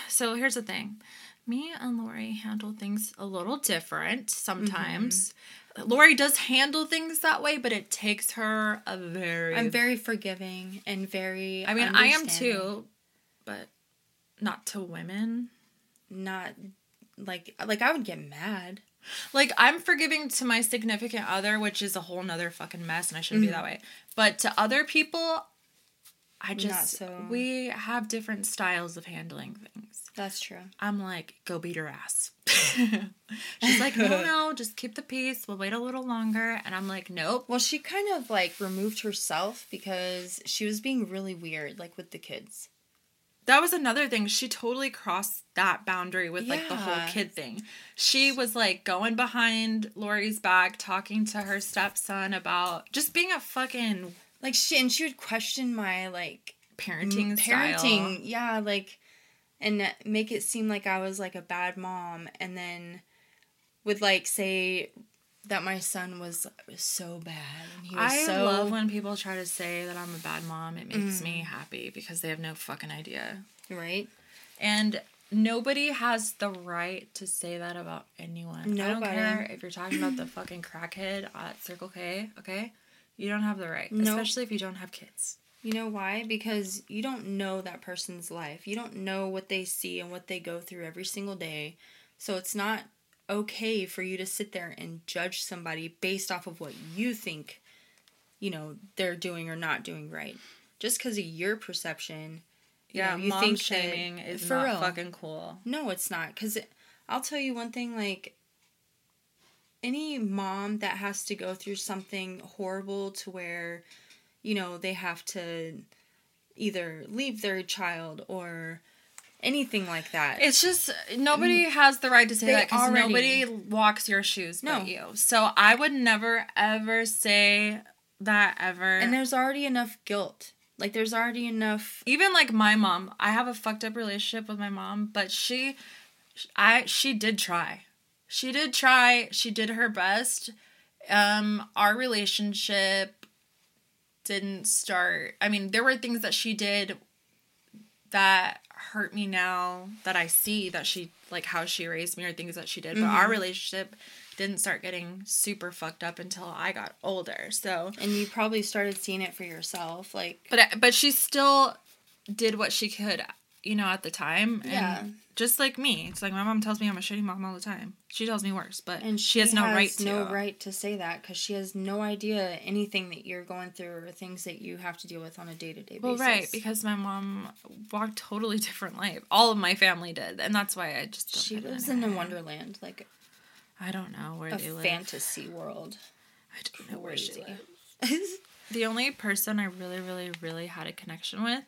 Speaker 2: So here's the thing me and Lori handle things a little different sometimes.
Speaker 3: Mm-hmm.
Speaker 2: Lori does handle things that way, but it takes her a very.
Speaker 3: I'm very forgiving and very.
Speaker 2: I mean, I am
Speaker 3: understanding.
Speaker 2: too, but not to women.
Speaker 3: Not like, like, I would get mad.
Speaker 2: Like, I'm forgiving to my significant other, which is a whole nother fucking mess, and I shouldn't be
Speaker 3: Mm-hmm.
Speaker 2: that way. But to other people, I just.
Speaker 3: so.
Speaker 2: We have different styles of handling things.
Speaker 3: That's true.
Speaker 2: I'm like, go beat her ass. She's like, no, no, just keep the peace. We'll wait a little longer. And I'm like, nope.
Speaker 3: Well, she kind of like removed herself because she was being really weird, like with the kids.
Speaker 2: That was another thing. She totally crossed that boundary with like the whole
Speaker 3: Yeah.
Speaker 2: kid thing. She was like going behind Lori's back, talking to her stepson about just being a fucking
Speaker 3: Like she and she would question my like
Speaker 2: parenting
Speaker 3: Mm, parenting,
Speaker 2: style.
Speaker 3: yeah, like and make it seem like I was like a bad mom and then would like say that my son was so bad and he was
Speaker 2: I
Speaker 3: so Mm.
Speaker 2: love when people try to say that I'm a bad mom. It makes me happy because they have no fucking idea.
Speaker 3: right?
Speaker 2: And nobody has the right to say that about anyone. I don't
Speaker 3: Nobody.
Speaker 2: care if you're talking about the fucking crackhead at Circle K, okay? You don't have the right,
Speaker 3: Nope.
Speaker 2: especially if you don't have kids.
Speaker 3: You know why? Because you don't know that person's life. You don't know what they see and what they go through every single day. So it's not okay for you to sit there and judge somebody based off of what you think, you know, they're doing or not doing right. Just because of your perception. you
Speaker 2: Yeah,
Speaker 3: know,
Speaker 2: mom
Speaker 3: think that-
Speaker 2: shaming is
Speaker 3: for
Speaker 2: not
Speaker 3: real.
Speaker 2: fucking cool.
Speaker 3: No, it's not. Because I'll tell you one thing like, any mom that has to go through something horrible to where, you know, they have to either leave their child or anything like that.
Speaker 2: It's just nobody has the right to say
Speaker 3: Mm. They
Speaker 2: that because
Speaker 3: already-
Speaker 2: nobody walks your shoes
Speaker 3: No.
Speaker 2: but you. So I would never ever say that ever.
Speaker 3: and there's already enough guilt. Like, there's already enough.
Speaker 2: even like my mom i have a fucked up relationship with my mom but she i she did try she did try she did her best um our relationship didn't start i mean there were things that she did that hurt me now that i see that she like how she raised me or things that she did but our relationship didn't start getting super fucked up until i got older so
Speaker 3: And you probably started seeing it for yourself. Like,
Speaker 2: but I- but she still did what she could you know at the time and
Speaker 3: Yeah.
Speaker 2: just like me it's like my mom tells me i'm a shitty mom all the time she tells me worse but
Speaker 3: and
Speaker 2: she, has no right to
Speaker 3: no right to say that because she has no idea anything that you're going through or things that you have to deal with on a day to day basis.
Speaker 2: well right because my mom walked totally different life all of my family did and that's why i just don't
Speaker 3: She
Speaker 2: fit
Speaker 3: lives
Speaker 2: in
Speaker 3: in
Speaker 2: her.
Speaker 3: a wonderland, like
Speaker 2: i don't know where
Speaker 3: a
Speaker 2: they live
Speaker 3: fantasy world.
Speaker 2: i don't know where she
Speaker 3: Crazy.
Speaker 2: lives the only person i really really really had a connection with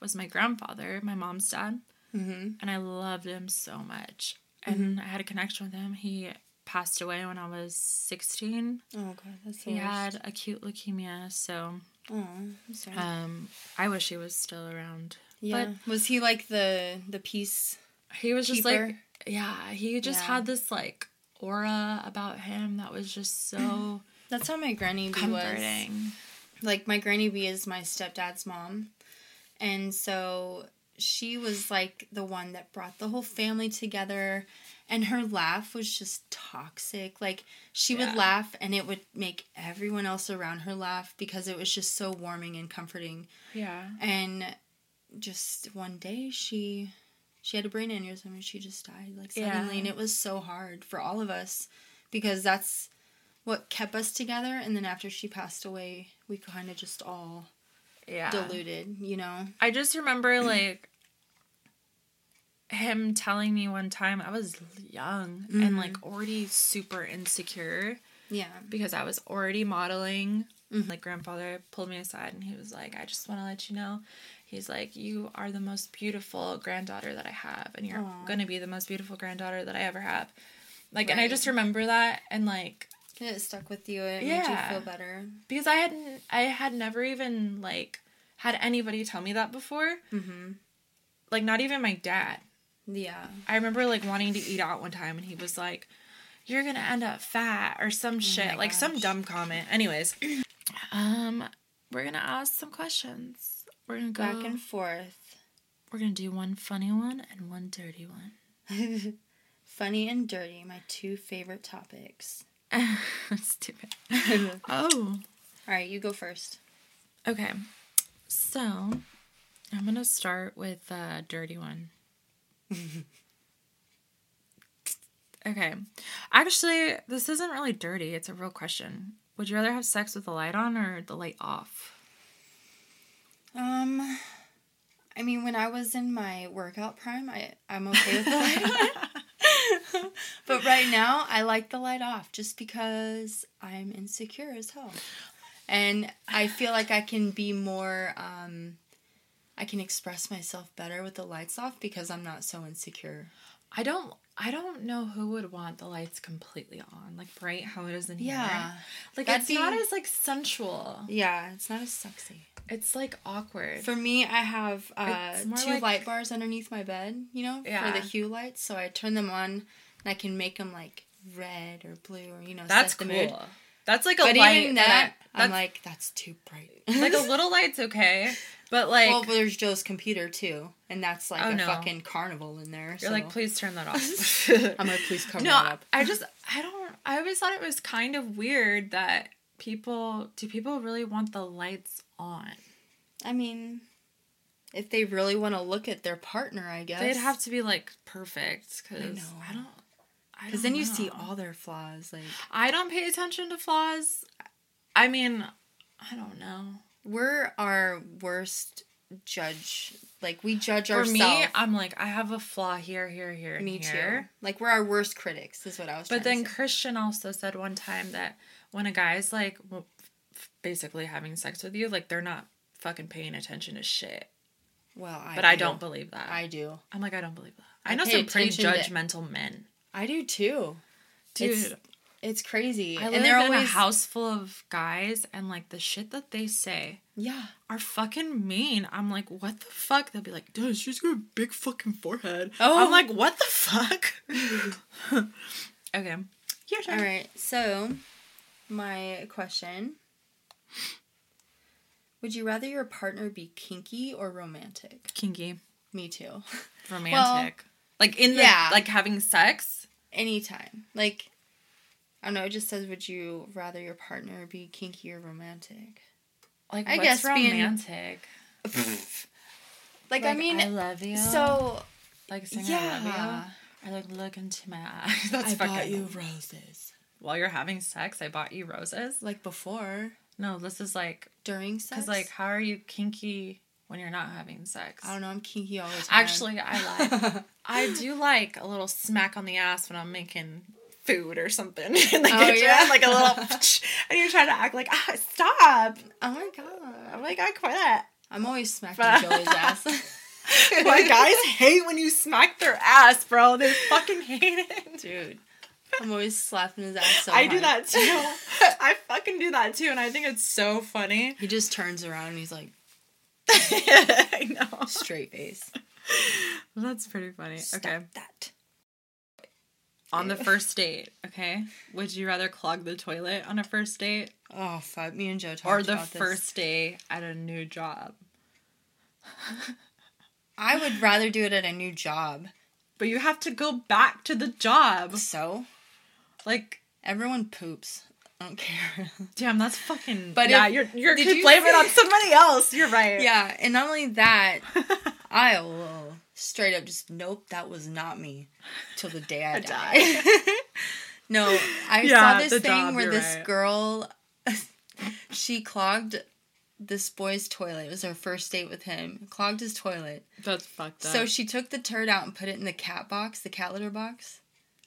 Speaker 2: was my grandfather my mom's dad
Speaker 3: hmm
Speaker 2: and I loved him so much. And
Speaker 3: Mm-hmm.
Speaker 2: I had a connection with him. He passed away when I was 16.
Speaker 3: Oh god, that's the
Speaker 2: He
Speaker 3: worst.
Speaker 2: had acute leukemia, so
Speaker 3: Oh, I'm sorry.
Speaker 2: um, I wish he was still around.
Speaker 3: yeah. was he like the the peace?
Speaker 2: He was just like,
Speaker 3: Keeper.
Speaker 2: yeah, he just
Speaker 3: Yeah.
Speaker 2: had this like aura about him that was just so
Speaker 3: That's how my granny bee was.
Speaker 2: comforting.
Speaker 3: like my granny bee is my stepdad's mom and so she was like the one that brought the whole family together and her laugh was just toxic like she
Speaker 2: Yeah.
Speaker 3: would laugh and it would make everyone else around her laugh because it was just so warming and comforting
Speaker 2: Yeah.
Speaker 3: and just one day she she had a brain aneurysm and she just died like suddenly
Speaker 2: Yeah.
Speaker 3: and it was so hard for all of us because that's what kept us together and then after she passed away we kind of just all
Speaker 2: Yeah.
Speaker 3: diluted you know
Speaker 2: I just remember like him telling me one time I was young
Speaker 3: Mm-hmm.
Speaker 2: and like already super insecure.
Speaker 3: yeah
Speaker 2: because I was already modeling.
Speaker 3: Mm-hmm.
Speaker 2: Like grandfather pulled me aside and he was like, "I just want to let you know." He's like, "You are the most beautiful granddaughter that I have and you're
Speaker 3: Aw.
Speaker 2: going to be the most beautiful granddaughter that I ever have." Like and I
Speaker 3: Right.
Speaker 2: just remember that and like
Speaker 3: and it stuck with you it
Speaker 2: Yeah.
Speaker 3: made you feel better
Speaker 2: because I hadn't I had never even like had anybody tell me that before.
Speaker 3: mm-hmm
Speaker 2: Like not even my dad.
Speaker 3: yeah
Speaker 2: I remember like wanting to eat out one time and he was like, You're gonna end up fat or some shit. like some
Speaker 3: Oh gosh.
Speaker 2: dumb comment. Anyways. Um, we're gonna ask some questions. We're gonna go
Speaker 3: back and forth
Speaker 2: we're gonna do one funny one and one dirty one.
Speaker 3: funny and dirty my two favorite topics
Speaker 2: Stupid. Oh.
Speaker 3: all right you go first
Speaker 2: Okay. So I'm gonna start with a dirty one. okay. Actually, this isn't really dirty, it's a real question. Would you rather have sex with the light on or the light off?
Speaker 3: Um, I mean, when I was in my workout prime, I I'm okay with the light on. but right now, I like the light off just because I'm insecure as hell, and I feel like I can be more um, I can express myself better with the lights off because I'm not so insecure.
Speaker 2: I don't I don't know who would want the lights completely on, like bright how it is in here.
Speaker 3: Yeah.
Speaker 2: Like
Speaker 3: That'd
Speaker 2: it's not
Speaker 3: be-
Speaker 2: as like sensual.
Speaker 3: Yeah, it's not as sexy.
Speaker 2: It's like awkward.
Speaker 3: For me, I have uh,
Speaker 2: It's more
Speaker 3: two
Speaker 2: like-
Speaker 3: light bars underneath my bed, you know,
Speaker 2: Yeah.
Speaker 3: for the hue lights. So I turn them on and I can make them like red or blue or, you know,
Speaker 2: That's
Speaker 3: set the
Speaker 2: cool.
Speaker 3: mood.
Speaker 2: That's like a
Speaker 3: But
Speaker 2: light
Speaker 3: even that,
Speaker 2: that, I, that's-
Speaker 3: I'm like, that's too bright.
Speaker 2: like a little light's okay, but like
Speaker 3: well, there's Joe's computer too, and that's like
Speaker 2: Oh,
Speaker 3: a
Speaker 2: no.
Speaker 3: fucking carnival in there.
Speaker 2: you're
Speaker 3: so
Speaker 2: like please turn that off.
Speaker 3: I'm gonna please cover
Speaker 2: no,
Speaker 3: that up.
Speaker 2: I just I don't I always thought it was kind of weird that people do people really want the lights on?
Speaker 3: I mean, if they really want to look at their partner, I guess
Speaker 2: They'd have to be like perfect cuz I,
Speaker 3: know.
Speaker 2: don't I
Speaker 3: Because
Speaker 2: don't
Speaker 3: then you see
Speaker 2: know.
Speaker 3: all their flaws. Like
Speaker 2: I don't pay attention to flaws. I mean, I don't know.
Speaker 3: we're our worst judge. Like we judge
Speaker 2: For
Speaker 3: ourselves.
Speaker 2: me, I'm like I have a flaw here, here, here, and
Speaker 3: Me
Speaker 2: here.
Speaker 3: too. Like we're our worst critics, is what I was.
Speaker 2: But
Speaker 3: trying
Speaker 2: then
Speaker 3: to say.
Speaker 2: Christian also said one time that when a guy's like w- f- basically having sex with you, like they're not fucking paying attention to shit.
Speaker 3: well, I
Speaker 2: But I
Speaker 3: do.
Speaker 2: don't believe that. I,
Speaker 3: I do.
Speaker 2: am like, I don't believe that. I,
Speaker 3: I
Speaker 2: know
Speaker 3: pay
Speaker 2: some pretty
Speaker 3: attention to-
Speaker 2: judgmental men.
Speaker 3: I do too.
Speaker 2: Dude,
Speaker 3: It's- It's crazy,
Speaker 2: I live
Speaker 3: and they're
Speaker 2: in
Speaker 3: always
Speaker 2: a house full of guys, and like the shit that they say
Speaker 3: yeah.
Speaker 2: are fucking mean. I'm like, what the fuck? They'll be like, dude, she's got a big fucking forehead.
Speaker 3: Oh.
Speaker 2: I'm like, what the fuck? okay. Your turn.
Speaker 3: All right. So, my question Would you rather your partner be kinky or romantic?
Speaker 2: Kinky.
Speaker 3: Me too.
Speaker 2: Romantic.
Speaker 3: Well,
Speaker 2: like in the
Speaker 3: yeah.
Speaker 2: like having sex.
Speaker 3: Anytime. Like, I don't know. It just says, Would you rather your partner be kinky or romantic?
Speaker 2: Like
Speaker 3: I
Speaker 2: what's
Speaker 3: guess being-
Speaker 2: romantic.
Speaker 3: Like, I mean,
Speaker 2: love you.
Speaker 3: so
Speaker 2: like saying
Speaker 3: yeah.
Speaker 2: I love you. Or like look into my eyes. That's fucking
Speaker 3: roses.
Speaker 2: while you're having sex, I bought you roses.
Speaker 3: Like before,
Speaker 2: No, this is like
Speaker 3: during sex.
Speaker 2: because like how are you kinky when you're not having sex?
Speaker 3: I don't know. I'm kinky all the time.
Speaker 2: Actually, Oh I lied. I do like a little smack on the ass when I'm making food or something in the kitchen,
Speaker 3: Oh, yeah?
Speaker 2: like a little, and you're trying to act like, ah, stop! Ah,
Speaker 3: oh my god.
Speaker 2: I'm like, I quit.
Speaker 3: I'm always smacking Joey's ass.
Speaker 2: My guys hate when you smack their ass, bro. They fucking hate it.
Speaker 3: Dude. I'm always slapping his ass so
Speaker 2: I do
Speaker 3: hard.
Speaker 2: that too. I fucking do that too, and I think it's so funny.
Speaker 3: He just turns around and he's like
Speaker 2: I know.
Speaker 3: straight face.
Speaker 2: That's pretty funny. Okay.
Speaker 3: that.
Speaker 2: On the first date, okay? Would you rather clog the toilet on a first date
Speaker 3: Oh fuck, me and Joe talked
Speaker 2: or the
Speaker 3: about this.
Speaker 2: first day at a new job.
Speaker 3: I would rather do it at a new job.
Speaker 2: But you have to go back to the job.
Speaker 3: So
Speaker 2: Like,
Speaker 3: everyone poops. I don't care.
Speaker 2: damn, that's fucking. But
Speaker 3: But
Speaker 2: yeah,
Speaker 3: if-
Speaker 2: you're you're
Speaker 3: did
Speaker 2: could
Speaker 3: you
Speaker 2: blame it
Speaker 3: see-
Speaker 2: on somebody else. You're right.
Speaker 3: yeah, and not only that, I will straight up just nope, that was not me till the day I,
Speaker 2: I
Speaker 3: die. no, I
Speaker 2: Yeah,
Speaker 3: saw this
Speaker 2: the
Speaker 3: thing
Speaker 2: job,
Speaker 3: where
Speaker 2: you're
Speaker 3: this
Speaker 2: right.
Speaker 3: girl she clogged this boy's toilet. It was her first date with him. Clogged his toilet.
Speaker 2: that's fucked up.
Speaker 3: So she took the turd out and put it in the cat box, the cat litter box.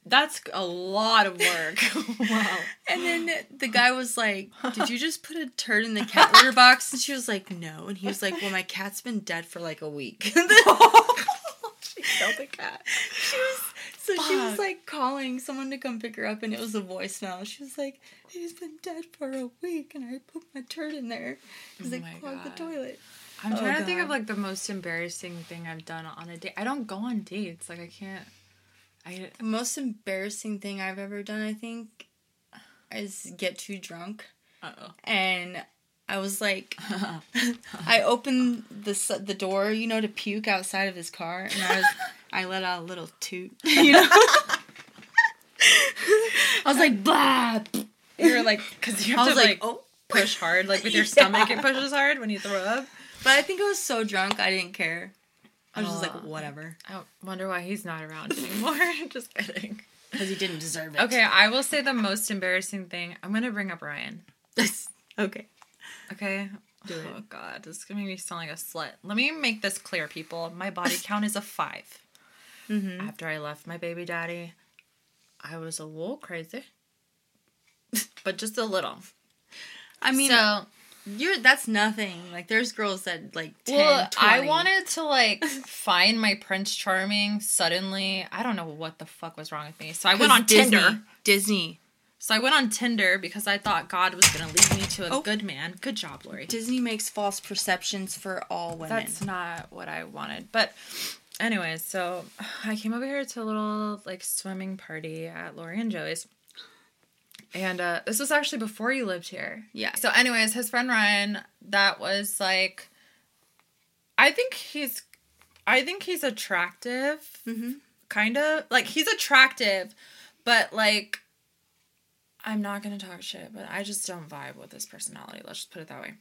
Speaker 2: that's a lot of work. wow.
Speaker 3: And then the guy was like, Did you just put a turd in the cat litter box? And she was like, No. And he was like, Well, my cat's been dead for like a week.
Speaker 2: She killed the cat.
Speaker 3: so she was
Speaker 2: Fuck.
Speaker 3: like calling someone to come pick her up, and it was a voicemail. She was like, He's been dead for a week, and I put my turd in there. He's
Speaker 2: Oh
Speaker 3: like,
Speaker 2: my
Speaker 3: Clog the
Speaker 2: God.
Speaker 3: toilet.
Speaker 2: I'm
Speaker 3: Oh,
Speaker 2: trying to think
Speaker 3: God.
Speaker 2: of like the most embarrassing thing I've done on a date. I don't go on dates. Like I can't. I
Speaker 3: The most embarrassing thing I've ever done, I think, is get too drunk.
Speaker 2: uh
Speaker 3: And I was like,
Speaker 2: oh.
Speaker 3: I opened the s- the door, you know, to puke outside of his car, and I was I let out a little toot, you know. I was like, blah.
Speaker 2: You're like because you
Speaker 3: I
Speaker 2: have to
Speaker 3: was
Speaker 2: like,
Speaker 3: like, oh.
Speaker 2: push hard like with your
Speaker 3: Yeah.
Speaker 2: stomach. It pushes hard when you throw up.
Speaker 3: But I think I was so drunk, I didn't care. I was just
Speaker 2: Oh.
Speaker 3: like, whatever,
Speaker 2: I wonder why he's not around anymore. Just kidding.
Speaker 3: because he didn't deserve it.
Speaker 2: Okay, I will say the most embarrassing thing. I'm gonna bring up Ryan.
Speaker 3: okay.
Speaker 2: Okay.
Speaker 3: Do it.
Speaker 2: Oh god, this is gonna make me sound like a slut. Let me make this clear, people. My body count is a 5
Speaker 3: Mm-hmm.
Speaker 2: After I left my baby daddy, I was a little crazy, but just a little.
Speaker 3: I mean,
Speaker 2: so
Speaker 3: You're that's nothing. Like there's girls that like 10,
Speaker 2: well,
Speaker 3: 20.
Speaker 2: I wanted to like find my Prince Charming suddenly. I don't know what the fuck was wrong with me. So I went on
Speaker 3: Disney-
Speaker 2: Tinder.
Speaker 3: Disney.
Speaker 2: So I went on Tinder because I thought God was going to lead me to a
Speaker 3: Oh.
Speaker 2: good man. Good job, Lori.
Speaker 3: Disney makes false perceptions for all women.
Speaker 2: That's not what I wanted. But anyway, so I came over here to a little like swimming party at Lori and Joey's. And uh, this was actually before you lived here.
Speaker 3: Yeah.
Speaker 2: So, anyways, his friend Ryan, that was like, I think he's, I think he's attractive,
Speaker 3: Mhm.
Speaker 2: kind of like he's attractive, but like, I'm not gonna talk shit, but I just don't vibe with his personality. Let's just put it that way.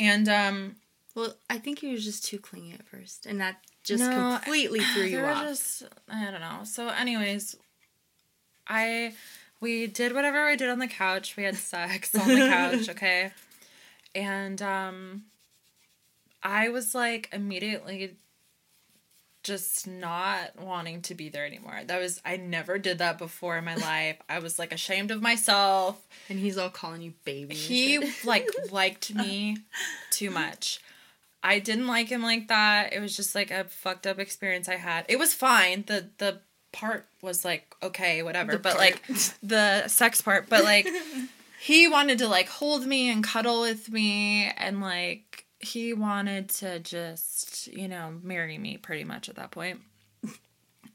Speaker 2: And um,
Speaker 3: well, I think he was just too clingy at first, and that just
Speaker 2: No,
Speaker 3: completely threw you
Speaker 2: There were
Speaker 3: off.
Speaker 2: Just, I don't know. So, anyways, I we did whatever we did on the couch. We had sex on the couch, okay? And um I was like immediately just not wanting to be there anymore. That was I never did that before in my life. I was like ashamed of myself.
Speaker 3: and he's all calling you baby. and
Speaker 2: He
Speaker 3: shit.
Speaker 2: like liked me too much. I didn't like him like that. It was just like a fucked up experience I had. It was fine. The the part was like okay, whatever.
Speaker 3: The
Speaker 2: but
Speaker 3: part.
Speaker 2: like the sex part, but like he wanted to like hold me and cuddle with me and like he wanted to just, you know, marry me pretty much at that point.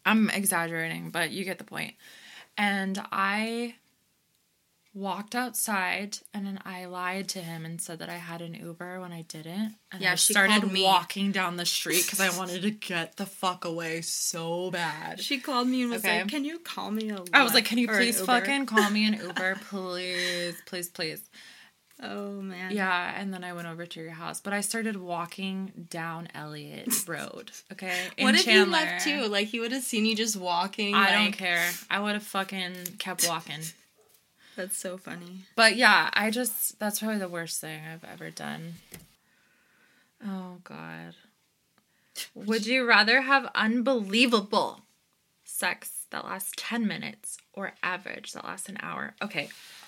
Speaker 2: I'm exaggerating, but you get the point. And I walked outside and then I lied to him and said that I had an Uber when I didn't. And
Speaker 3: Yeah,
Speaker 2: I
Speaker 3: she
Speaker 2: started
Speaker 3: called me.
Speaker 2: walking down the street because I wanted to get the fuck away so bad.
Speaker 3: she called me and was
Speaker 2: Okay.
Speaker 3: like, "Can you call me a?"
Speaker 2: I was like, can you
Speaker 3: or an
Speaker 2: please
Speaker 3: Uber?"
Speaker 2: fucking call me an Uber? Please, please, please.
Speaker 3: Oh man.
Speaker 2: Yeah, and then I went over to your house, but I started walking down Elliott Road. Okay, in
Speaker 3: What if
Speaker 2: Chandler.
Speaker 3: he left too? Like he would have seen you just walking.
Speaker 2: I don't
Speaker 3: like-
Speaker 2: care. I would have fucking kept walking.
Speaker 3: That's so funny.
Speaker 2: But yeah, I just that's probably the worst thing I've ever done. Oh god. Would you rather have unbelievable sex that lasts 10 minutes or average that lasts an hour? Okay.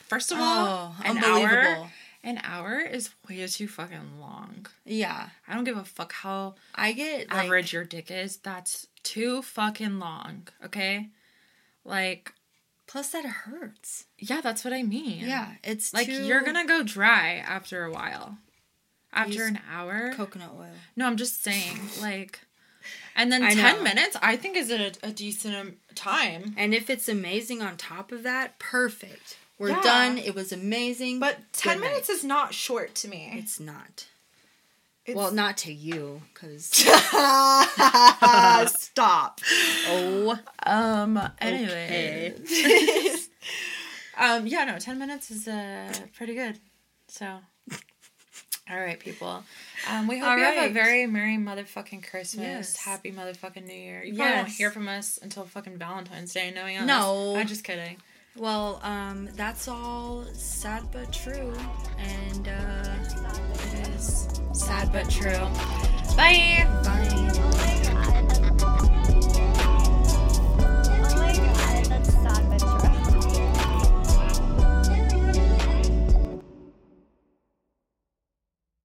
Speaker 2: First of all,
Speaker 3: Oh,
Speaker 2: an hour
Speaker 3: unbelievable.
Speaker 2: an hour is way too fucking long.
Speaker 3: Yeah,
Speaker 2: I don't give a fuck how
Speaker 3: I get like,
Speaker 2: average your dick is. That's too fucking long, okay? Like,
Speaker 3: Plus, that hurts.
Speaker 2: yeah, that's what I mean.
Speaker 3: Yeah, it's
Speaker 2: Like
Speaker 3: too-
Speaker 2: you're gonna go dry after a while. After
Speaker 3: Use
Speaker 2: an hour.
Speaker 3: coconut oil.
Speaker 2: no, I'm just saying, like and then
Speaker 3: I
Speaker 2: ten
Speaker 3: know.
Speaker 2: minutes I think is a, a decent um, time.
Speaker 3: And if it's amazing on top of that, perfect. We're
Speaker 2: Yeah.
Speaker 3: done. It was amazing.
Speaker 4: But ten
Speaker 3: Good night.
Speaker 4: minutes is not short to me.
Speaker 3: It's not.
Speaker 4: It's-
Speaker 3: Well, not to you, because
Speaker 4: Stop.
Speaker 3: oh,
Speaker 2: Um
Speaker 3: anyway.
Speaker 2: um yeah, no, ten minutes is uh pretty good. So all right, people. Um, we hope
Speaker 3: All
Speaker 2: you have
Speaker 3: right.
Speaker 2: a very merry motherfucking Christmas,
Speaker 3: Yes.
Speaker 2: happy motherfucking New Year. You probably won't
Speaker 3: Yes.
Speaker 2: hear from us until fucking Valentine's Day. Knowing us,
Speaker 3: No.
Speaker 2: I'm just kidding.
Speaker 3: well, um, that's all sad but true, and uh, it is sad but true.
Speaker 2: Bye.
Speaker 3: Bye.
Speaker 1: Oh Oh